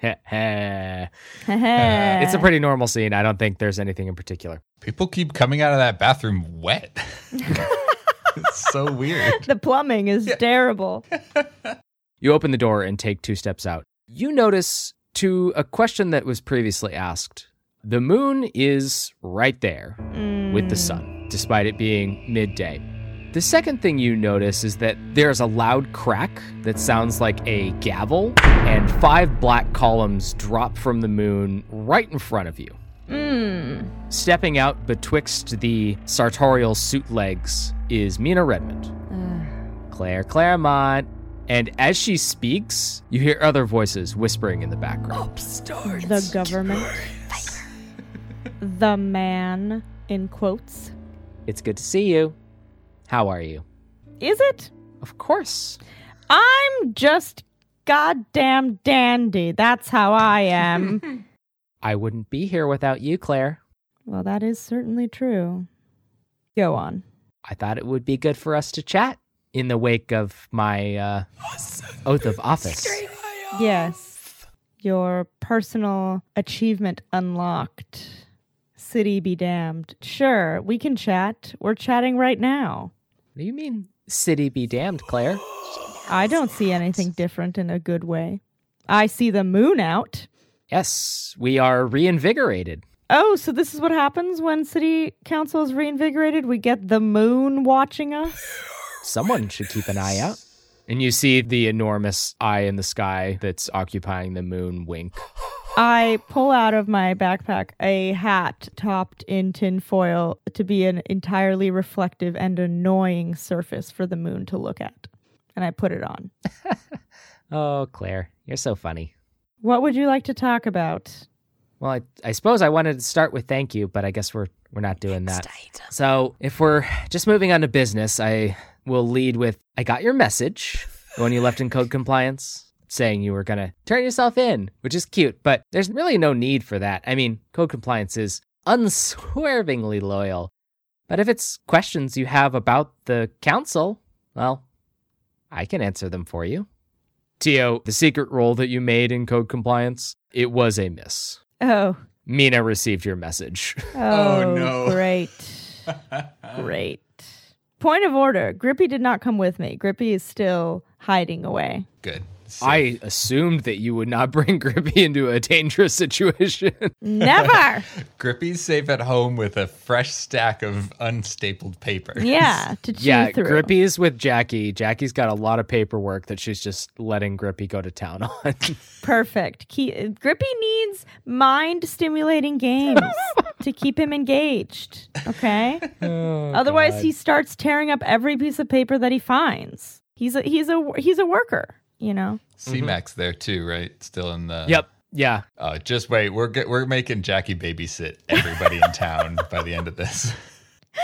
A: it's
B: it's
A: Uh, a pretty normal scene. I don't think there's anything in particular.
C: People keep coming out of that bathroom wet. it's so weird.
B: the plumbing is terrible.
A: You open the door and take two steps out. You notice to a question that was previously asked the moon is right there with the
B: Mm.
A: sun, despite it being midday. The second thing you notice is that there's a loud crack that sounds like a gavel, and five black columns drop from the moon right in front of you.
B: Mm.
A: Stepping out betwixt the sartorial suit legs is Mina Redmond,
B: Ugh.
A: Claire Claremont, and as she speaks, you hear other voices whispering in the background.
C: Upstart.
B: the government, the man in quotes.
A: It's good to see you. How are you?
B: Is it?
A: Of course.
B: I'm just goddamn dandy. That's how I am.
A: I wouldn't be here without you, Claire.
B: well, that is certainly true. Go on.
A: I thought it would be good for us to chat in the wake of my uh, oath of office.
B: Yes. Your personal achievement unlocked. City be damned. Sure, we can chat. We're chatting right now.
A: What do you mean, city be damned, Claire?
B: I don't see anything different in a good way. I see the moon out.
A: Yes, we are reinvigorated.
B: Oh, so this is what happens when city council is reinvigorated? We get the moon watching us?
A: Someone should keep an eye out. And you see the enormous eye in the sky that's occupying the moon wink.
B: I pull out of my backpack a hat topped in tinfoil to be an entirely reflective and annoying surface for the moon to look at. And I put it on.
A: Oh, Claire, you're so funny.
B: What would you like to talk about?
A: Well, I, I suppose I wanted to start with thank you, but I guess we're we're not doing that. So if we're just moving on to business, I will lead with I got your message the one you left in code compliance saying you were gonna turn yourself in, which is cute, but there's really no need for that. I mean, code compliance is unswervingly loyal. But if it's questions you have about the council, well, I can answer them for you. Tio, the secret role that you made in code compliance, it was a miss.
B: Oh,
A: Mina received your message.
B: oh,
C: no.
B: Great. Great. Point of order Grippy did not come with me. Grippy is still hiding away.
C: Good. So-
A: I assumed that you would not bring Grippy into a dangerous situation.
B: Never.
C: Grippy's safe at home with a fresh stack of unstapled paper.
B: yeah, to chew
A: yeah,
B: through.
A: Grippy's with Jackie. Jackie's got a lot of paperwork that she's just letting Grippy go to town on.
B: Perfect. Ke- Grippy needs mind stimulating games to keep him engaged. Okay.
A: Oh,
B: Otherwise, he starts tearing up every piece of paper that he finds. He's a he's a he's a worker. You know.
C: C-Max there too, right? Still in the.
A: Yep. Yeah.
C: Oh, just wait. We're get, we're making Jackie babysit everybody in town by the end of this.
B: Uh,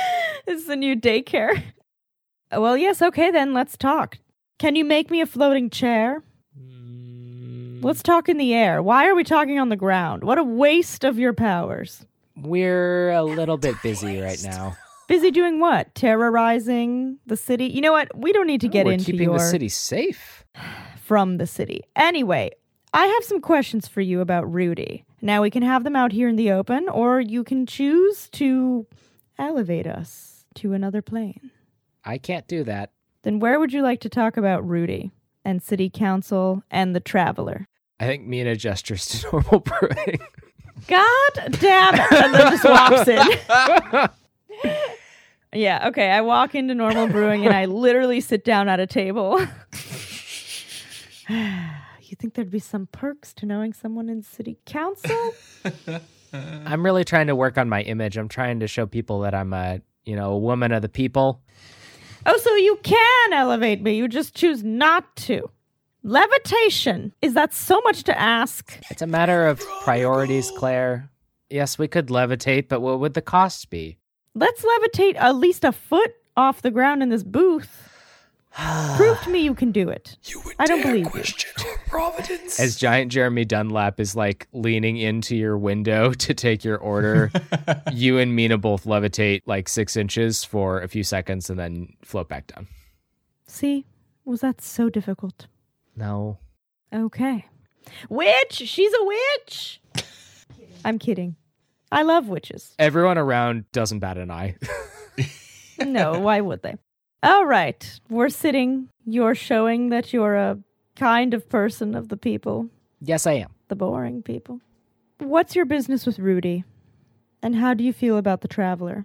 B: This is a new daycare. Well, yes. Okay, then let's talk. Can you make me a floating chair?
A: Hmm.
B: Let's talk in the air. Why are we talking on the ground? What a waste of your powers.
A: We're a little bit busy right now.
B: Busy doing what? Terrorizing the city? You know what? We don't need to get
A: We're
B: into
A: keeping
B: your
A: the city safe.
B: from the city. Anyway, I have some questions for you about Rudy. Now we can have them out here in the open, or you can choose to elevate us to another plane.
A: I can't do that.
B: Then where would you like to talk about Rudy and city council and the traveler?
A: I think Mina gestures to normal brewing.
B: God damn it! And then just walks in. Yeah, okay. I walk into normal brewing and I literally sit down at a table. you think there'd be some perks to knowing someone in city council?
A: I'm really trying to work on my image. I'm trying to show people that I'm a, you know, a woman of the people.
B: Oh, so you can elevate me. You just choose not to. Levitation. Is that so much to ask?
A: It's a matter of priorities, Claire. Yes, we could levitate, but what would the cost be?
B: Let's levitate at least a foot off the ground in this booth. Prove to me you can do it.
E: You would
B: I don't
E: dare
B: believe you.
E: question our providence.
A: As giant Jeremy Dunlap is like leaning into your window to take your order, you and Mina both levitate like six inches for a few seconds and then float back down.
B: See? Was that so difficult?
A: No.
B: Okay. Witch! She's a witch! I'm kidding. I love witches.
A: Everyone around doesn't bat an eye.
B: No, why would they? All right. We're sitting. You're showing that you're a kind of person of the people.
A: yes, I am.
B: the boring people. What's your business with Rudy? And how do you feel about the traveler?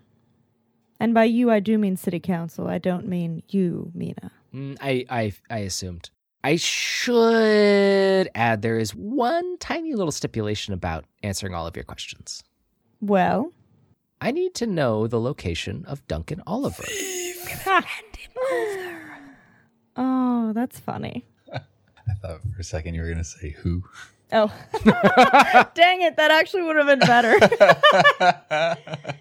B: And by you, I do mean city council. I don't mean you, Mina.
A: Mm, I, I, I assumed. I should add there is one tiny little stipulation about answering all of your questions.
B: Well,
A: I need to know the location of Duncan Oliver.
B: oh, that's funny.
C: I thought for a second you were going to say who.
B: Oh, dang it. That actually would have been better.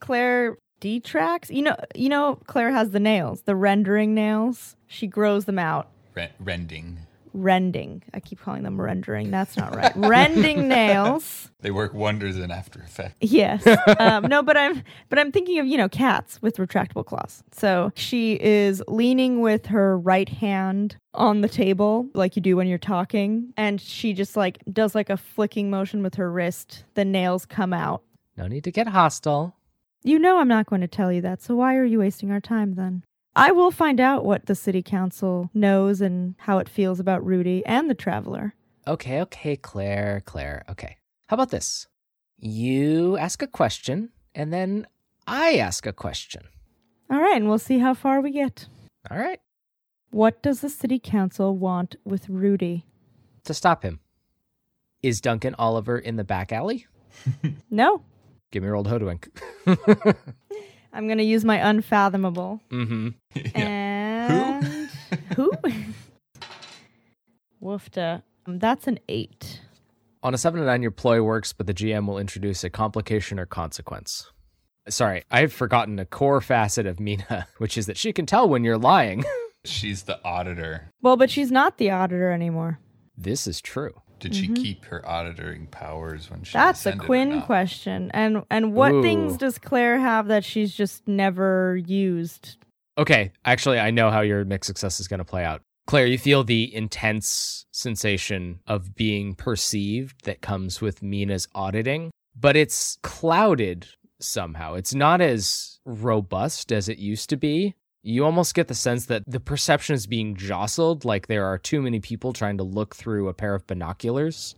B: Claire detracts. You know, you know, Claire has the nails, the rendering nails. She grows them out.
C: Ren- rending.
B: Rending. I keep calling them rendering. That's not right. rending nails.
C: They work wonders in After Effects.
B: Yes. um, no, but I'm but I'm thinking of you know cats with retractable claws. So she is leaning with her right hand on the table like you do when you're talking, and she just like does like a flicking motion with her wrist. The nails come out.
A: No need to get hostile.
B: You know I'm not going to tell you that. So why are you wasting our time then? I will find out what the city council knows and how it feels about Rudy and the traveler.
A: Okay, okay, Claire, Claire. Okay. How about this? You ask a question, and then I ask a question.
B: All right, and we'll see how far we get.
A: All right.
B: What does the city council want with Rudy?
A: To stop him. Is Duncan Oliver in the back alley?
B: No,
A: Give me your old hoodwink.
B: I'm gonna use my unfathomable.
A: mm-hmm.
B: And who? Woofta. Um, That's an eight.
A: On a 7 to 9, your ploy works, but the GM will introduce a complication or consequence. Sorry, I've forgotten a core facet of Mina, which is that she can tell when you're lying.
C: She's the auditor.
B: Well, but she's not the auditor anymore.
A: this is true.
C: Did she keep her auditing powers when she
B: Mm-hmm. That's a
C: ascended or
B: Quinn
C: not?
B: question. And and what
A: Ooh.
B: things does Claire have that she's just never used?
A: Okay, actually, I know how your mixed success is going to play out. Claire, you feel the intense sensation of being perceived that comes with Mina's auditing, but it's clouded somehow. It's not as robust as it used to be. You almost get the sense that the perception is being jostled, like there are too many people trying to look through a pair of binoculars.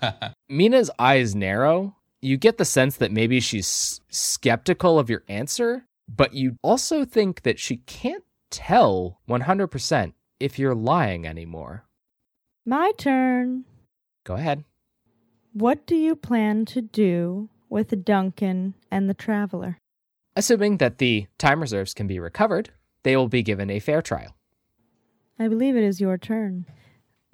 A: Mina's eyes narrow. You get the sense that maybe she's skeptical of your answer, but you also think that she can't tell 100% if you're lying anymore.
B: My turn.
A: Go ahead.
B: What do you plan to do with Duncan and the traveler?
A: Assuming that the time reserves can be recovered, they will be given a fair trial.
B: I believe it is your turn.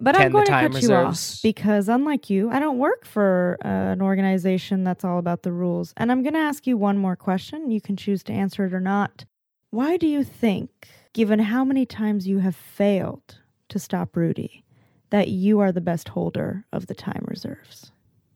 B: But
A: Can
B: I'm
A: the
B: going to
A: time
B: cut
A: reserves-
B: you off because, unlike you, I don't work for uh, an organization that's all about the rules. And I'm going to ask you one more question. You can choose to answer it or not. Why do you think given how many times you have failed to stop Rudy, that you are the best holder of the time reserves.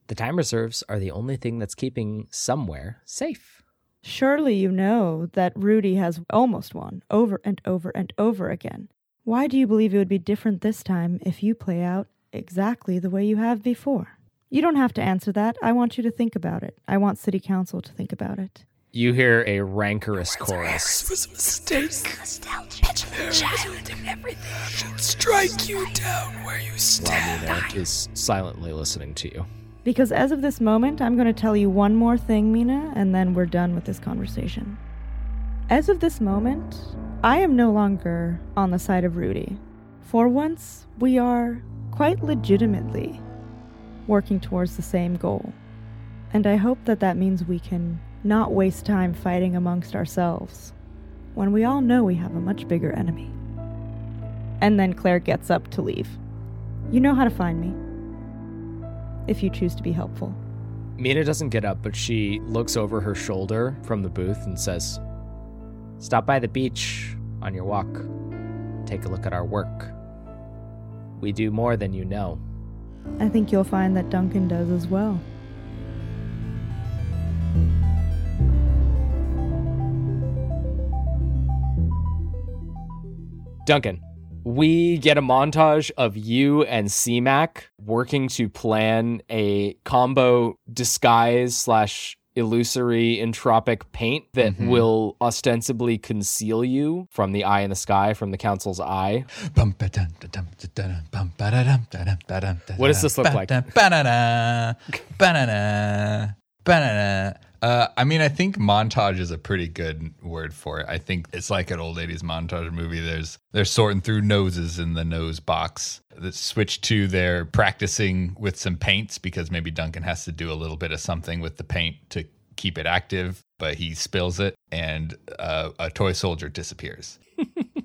A: The time reserves are the only thing that's keeping somewhere safe.
B: Surely you know that Rudy has almost won over and over and over again. Why do you believe it would be different this time if you play out exactly the way you have before? You don't have to answer that. I want you to think about it. I want City Council to think about it.
A: You hear a rancorous chorus.
E: was a mistake. Child and everything should strike you down where you stand.
A: Mina is silently listening to you.
B: Because as of this moment, I'm going to tell you one more thing, Mina, and then we're done with this conversation. As of this moment, I am no longer on the side of Rudy. For once, we are quite legitimately working towards the same goal. And I hope that that means we can not waste time fighting amongst ourselves when we all know we have a much bigger enemy. And then Claire gets up to leave. You know how to find me if you choose to be helpful.
A: Mina doesn't get up, but she looks over her shoulder from the booth and says, Stop by the beach on your walk. Take a look at our work. We do more than you know.
B: I think you'll find that Duncan does as well.
A: Duncan, we get a montage of you and CMAC working to plan a combo disguise slash illusory entropic paint that
C: Mhm.
A: will ostensibly conceal you from the eye in the sky, from the council's eye.
C: Bum, ba-dum, da-dum, da-dum, bum, ba-da-dum, da-dum, da-dum,
A: What does this look
C: da-dum,
A: like?
C: ba-dum, Banana, banana, banana. Uh, I mean, I think montage is a pretty good word for it. I think it's like an old ladies montage movie. There's they're sorting through noses in the nose box. That switch to they're practicing with some paints because maybe Duncan has to do a little bit of something with the paint to keep it active, but he spills it and uh, a toy soldier disappears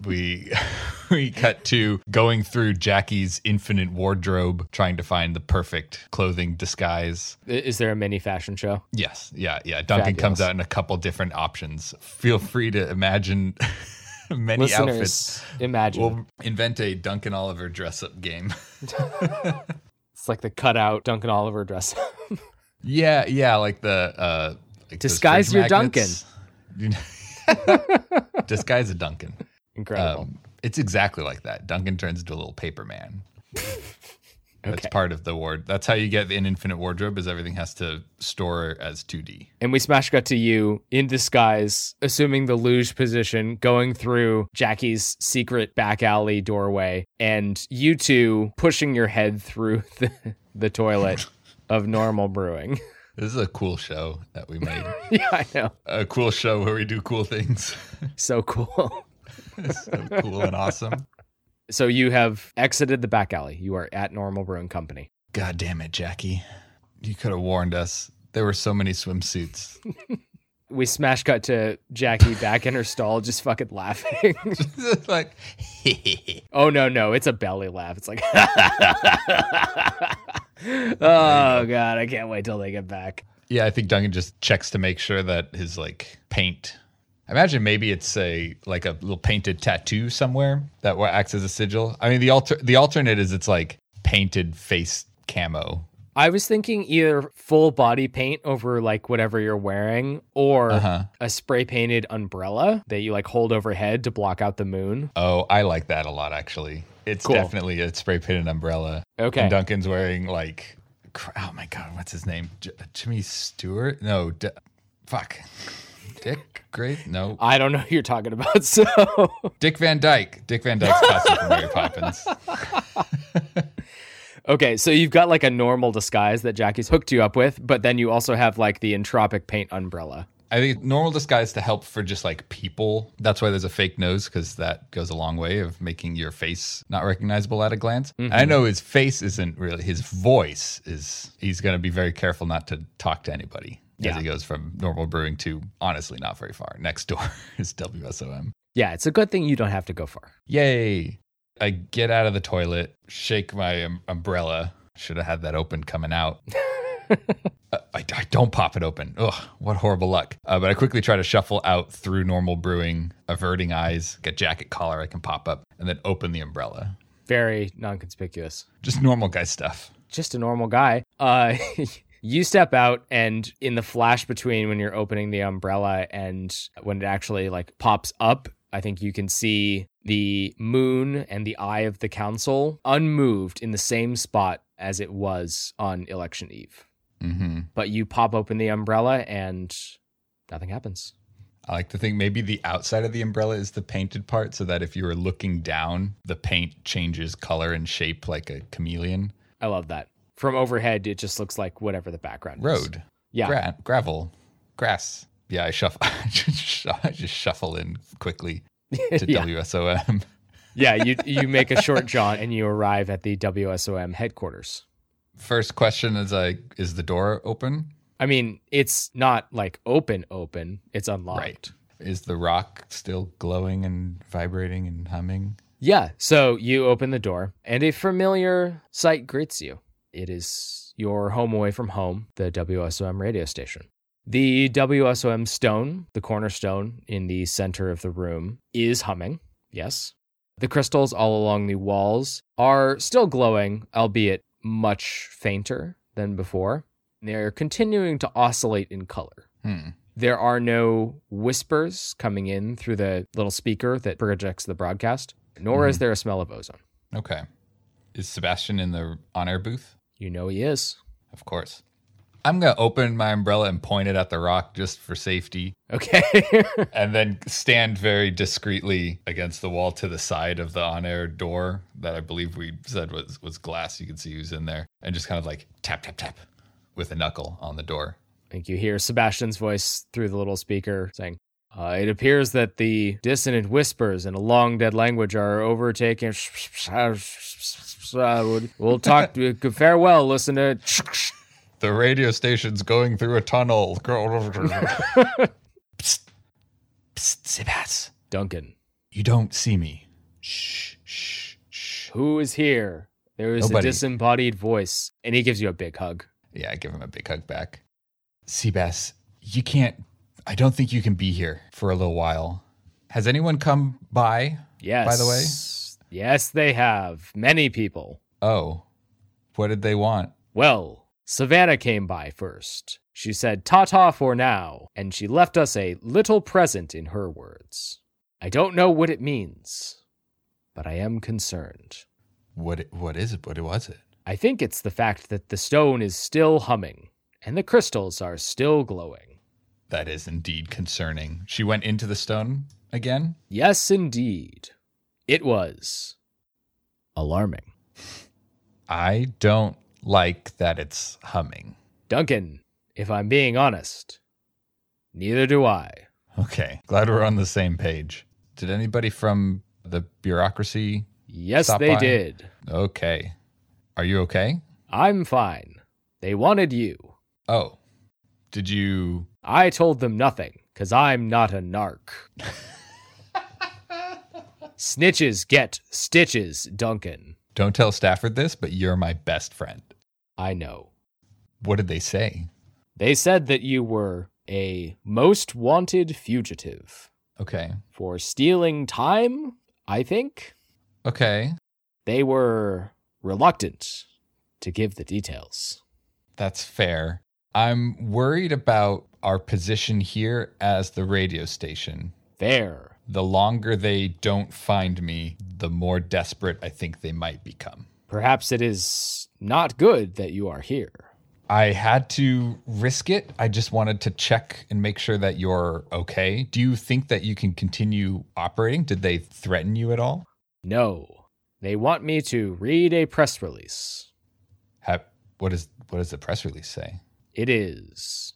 C: we we cut to going through Jackie's infinite wardrobe trying to find the perfect clothing disguise.
A: I- Is there a mini fashion show?
C: Yes, yeah, yeah. Duncan comes
A: Fabulous.
C: out in a couple different options. Feel free to imagine many
A: Listeners,
C: outfits.
A: imagine.
C: We'll invent a Duncan Oliver dress up game.
A: it's like the cutout Duncan Oliver dress.
C: yeah, yeah, like the uh like those
A: Disguise
C: fridge
A: your
C: magnets. You know- Disguise a Duncan.
A: Incredible.
C: Um, it's exactly like that. Duncan turns into a little paper man. That's
A: Okay.
C: part of the ward. That's how you get an infinite wardrobe. Is everything has to store as 2D.
A: and we smash cut to you in disguise, assuming the luge position, going through Jackie's secret back alley doorway, and you two pushing your head through the, the toilet of normal brewing.
C: This is a cool show that we made.
A: yeah, I know.
C: a cool show where we do cool things.
A: So cool.
C: It's so cool and awesome.
A: So you have exited the back alley. You are at Normal Brewing Company.
C: God damn it, Jackie! You could have warned us. There were so many swimsuits.
A: We smash cut to Jackie back in her stall, just fucking laughing.
C: It's like,
A: Oh no, no, it's a belly laugh. It's like Oh god, I can't wait till they get back.
C: yeah, I think Duncan just checks to make sure that his like paint. I imagine maybe it's a like a little painted tattoo somewhere that wa- acts as a sigil. I mean, the alter the alternate is it's like painted face camo.
A: I was thinking either full body paint over like whatever you're wearing or
C: Uh-huh.
A: a spray painted umbrella that you like hold overhead to block out the moon.
C: Oh, I like that a lot actually. It's
A: Cool.
C: definitely a spray painted umbrella.
A: Okay.
C: And Duncan's wearing like, cr- oh my god, what's his name? J- Jimmy Stewart? No, D- fuck. Dick? Great? No.
A: I don't know who you're talking about, so
C: Dick Van Dyke. Dick Van Dyke's costume from Mary Poppins.
A: Okay, so you've got like a normal disguise that Jackie's hooked you up with, but then you also have like the entropic paint umbrella.
C: I think normal disguise to help for just like people. That's why there's a fake nose because that goes a long way of making your face not recognizable at a glance. And I know his face isn't really his voice is. He's going to be very careful not to talk to anybody as
A: Yeah.
C: he goes from normal brewing to honestly not very far. Next door is WSOM.
A: Yeah, it's a good thing you don't have to go far.
C: Yay! I get out of the toilet, shake my um, umbrella. Should have had that open coming out. Uh, I, I don't pop it open. Ugh, what horrible luck. Uh, but I quickly try to shuffle out through normal brewing, averting eyes, get jacket collar I can pop up, and then open the umbrella.
A: Very non-conspicuous.
C: Just normal guy stuff.
A: just a normal guy. Uh, you step out, and in the flash between when you're opening the umbrella and when it actually like pops up, I think you can see the moon and the eye of the council unmoved in the same spot as it was on election eve.
C: Mm-hmm.
A: But you pop open the umbrella, and nothing happens.
C: I like to think maybe the outside of the umbrella is the painted part so that if you were looking down, the paint changes color and shape like a chameleon.
A: I love that. From overhead, it just looks like whatever the background is.
C: Road,
A: Yeah.
C: gra- gravel, grass. Yeah, I shuffle. I just shu- I just shuffle in quickly to
A: Yeah.
C: WSOM.
A: yeah. You, you make a short jaunt and you arrive at the WSOM headquarters.
C: First question is like, is the door open?
A: I mean, it's not like open, open. It's unlocked.
C: Right. Is the rock still glowing and vibrating and humming?
A: Yeah. So you open the door, and a familiar sight greets you. It is your home away from home, the WSOM radio station. The WSOM stone, the cornerstone in the center of the room, is humming. Yes. The crystals all along the walls are still glowing, albeit much fainter than before. They're continuing to oscillate in color.
C: Hmm.
A: There are no whispers coming in through the little speaker that projects the broadcast, nor is there a smell of ozone.
C: Okay. Is Sebastian in the on-air booth?
A: You know he is.
C: Of course. I'm gonna open my umbrella and point it at the rock just for safety,
A: Okay.
C: and then stand very discreetly against the wall to the side of the on-air door that I believe we said was was glass. You can see who's in there, and just kind of like tap tap tap with a knuckle on the door.
A: I think you hear Sebastian's voice through the little speaker saying, uh, It appears that the dissonant whispers in a long dead language are overtaking. We'll talk. Farewell, listener.
C: The radio station's going through a tunnel. psst, psst, Sebas,
A: Duncan,
C: you don't see me. Shh, shh, shh.
A: who is here? There is
C: Nobody.
A: a disembodied voice. And he gives you a big hug.
C: Yeah, I give him a big hug back. Seabass, you can't. I don't think you can be here for a little while. Has anyone come by?
A: Yes.
C: the way?
A: Yes, they have. Many people.
C: Oh, what did they want?
A: Well, Savannah came by first. She said ta ta for now, and she left us a little present in her words. I don't know what it means, but I am concerned.
C: What? What is it? What was it?
A: I think it's the fact that the stone is still humming and the crystals are still glowing.
C: That is indeed concerning. She went into the stone again.
A: Yes, indeed. It was alarming.
C: I don't like that it's humming.
A: Duncan, if I'm being honest, neither do I.
C: Okay, glad we're on the same page. Did anybody from the bureaucracy?
A: Yes,
C: Stop
A: they
C: by.
A: did.
C: Okay, are you okay?
A: I'm fine. They wanted you.
C: Oh, did you
A: I told them nothing, because I'm not a narc. Snitches get stitches, Duncan.
C: Don't tell Stafford this, but you're my best friend.
A: I know.
C: What did they say?
A: They said that you were a most wanted fugitive
C: Okay.
A: for stealing time, I think.
C: Okay.
A: They were reluctant to give the details.
C: That's fair. I'm worried about our position here as the radio station.
A: Fair.
C: The longer they don't find me, the more desperate I think they might become.
A: Perhaps it is not good that you are here.
C: I had to risk it. I just wanted to check and make sure that you're okay. Do you think that you can continue operating? Did they threaten you at all?
A: No. They want me to read a press release.
C: Have, what is what does the press release say?
A: It is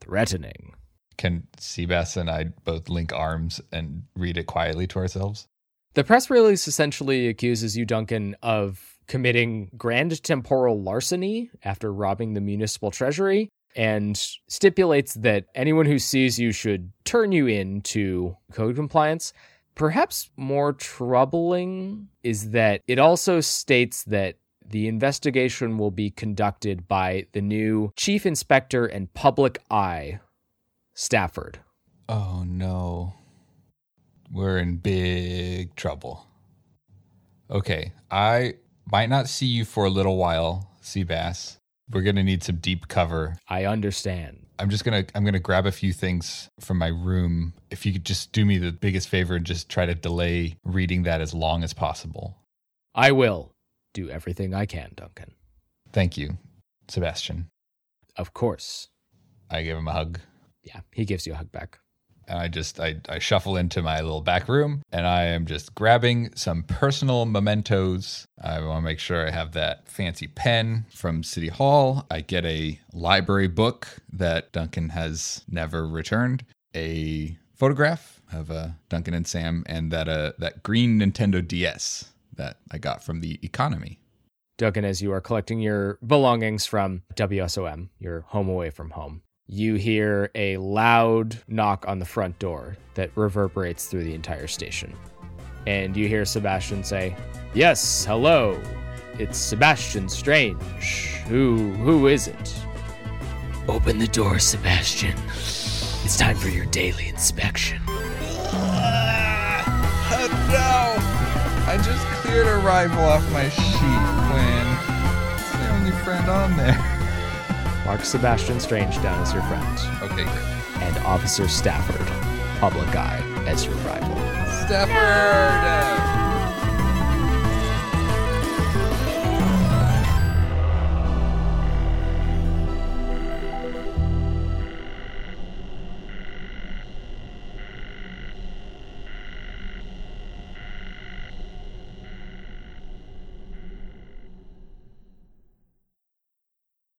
A: threatening.
C: Can Seabass and I both link arms and read it quietly to ourselves?
A: The press release essentially accuses you, Duncan, of committing grand temporal larceny after robbing the municipal treasury and stipulates that anyone who sees you should turn you in to code compliance. Perhaps more troubling is that it also states that The investigation will be conducted by the new Chief Inspector and Public Eye, Stafford.
C: Oh no. We're in big trouble. Okay, I might not see you for a little while, Seabass. We're going to need some deep cover.
A: I understand.
C: I'm just going to I'm going to grab a few things from my room. If you could just do me the biggest favor and just try to delay reading that as long as possible.
A: I will do everything I can, Duncan.
C: Thank you, Sebastian.
A: Of course.
C: I give him a hug.
A: Yeah, he gives you a hug back.
C: and I just I, I shuffle into my little back room and I am just grabbing some personal mementos. I want to make sure I have that fancy pen from City Hall. I get a library book that Duncan has never returned, a photograph of uh, Duncan and Sam, and that uh, that green Nintendo DS that I got from the economy.
A: Duncan, as you are collecting your belongings from WSOM, your home away from home, you hear a loud knock on the front door that reverberates through the entire station. And you hear Sebastian say, Yes, hello. It's Sebastian Strange. Who who is it?
E: Open the door, Sebastian. It's time for your daily inspection.
C: no! I just cleared a rival off my sheet, Quinn. It's the only friend on there.
A: Mark Sebastian Strange down as your friend,
C: Okay, great.
A: and Officer Stafford, public eye, as your rival.
C: Stafford.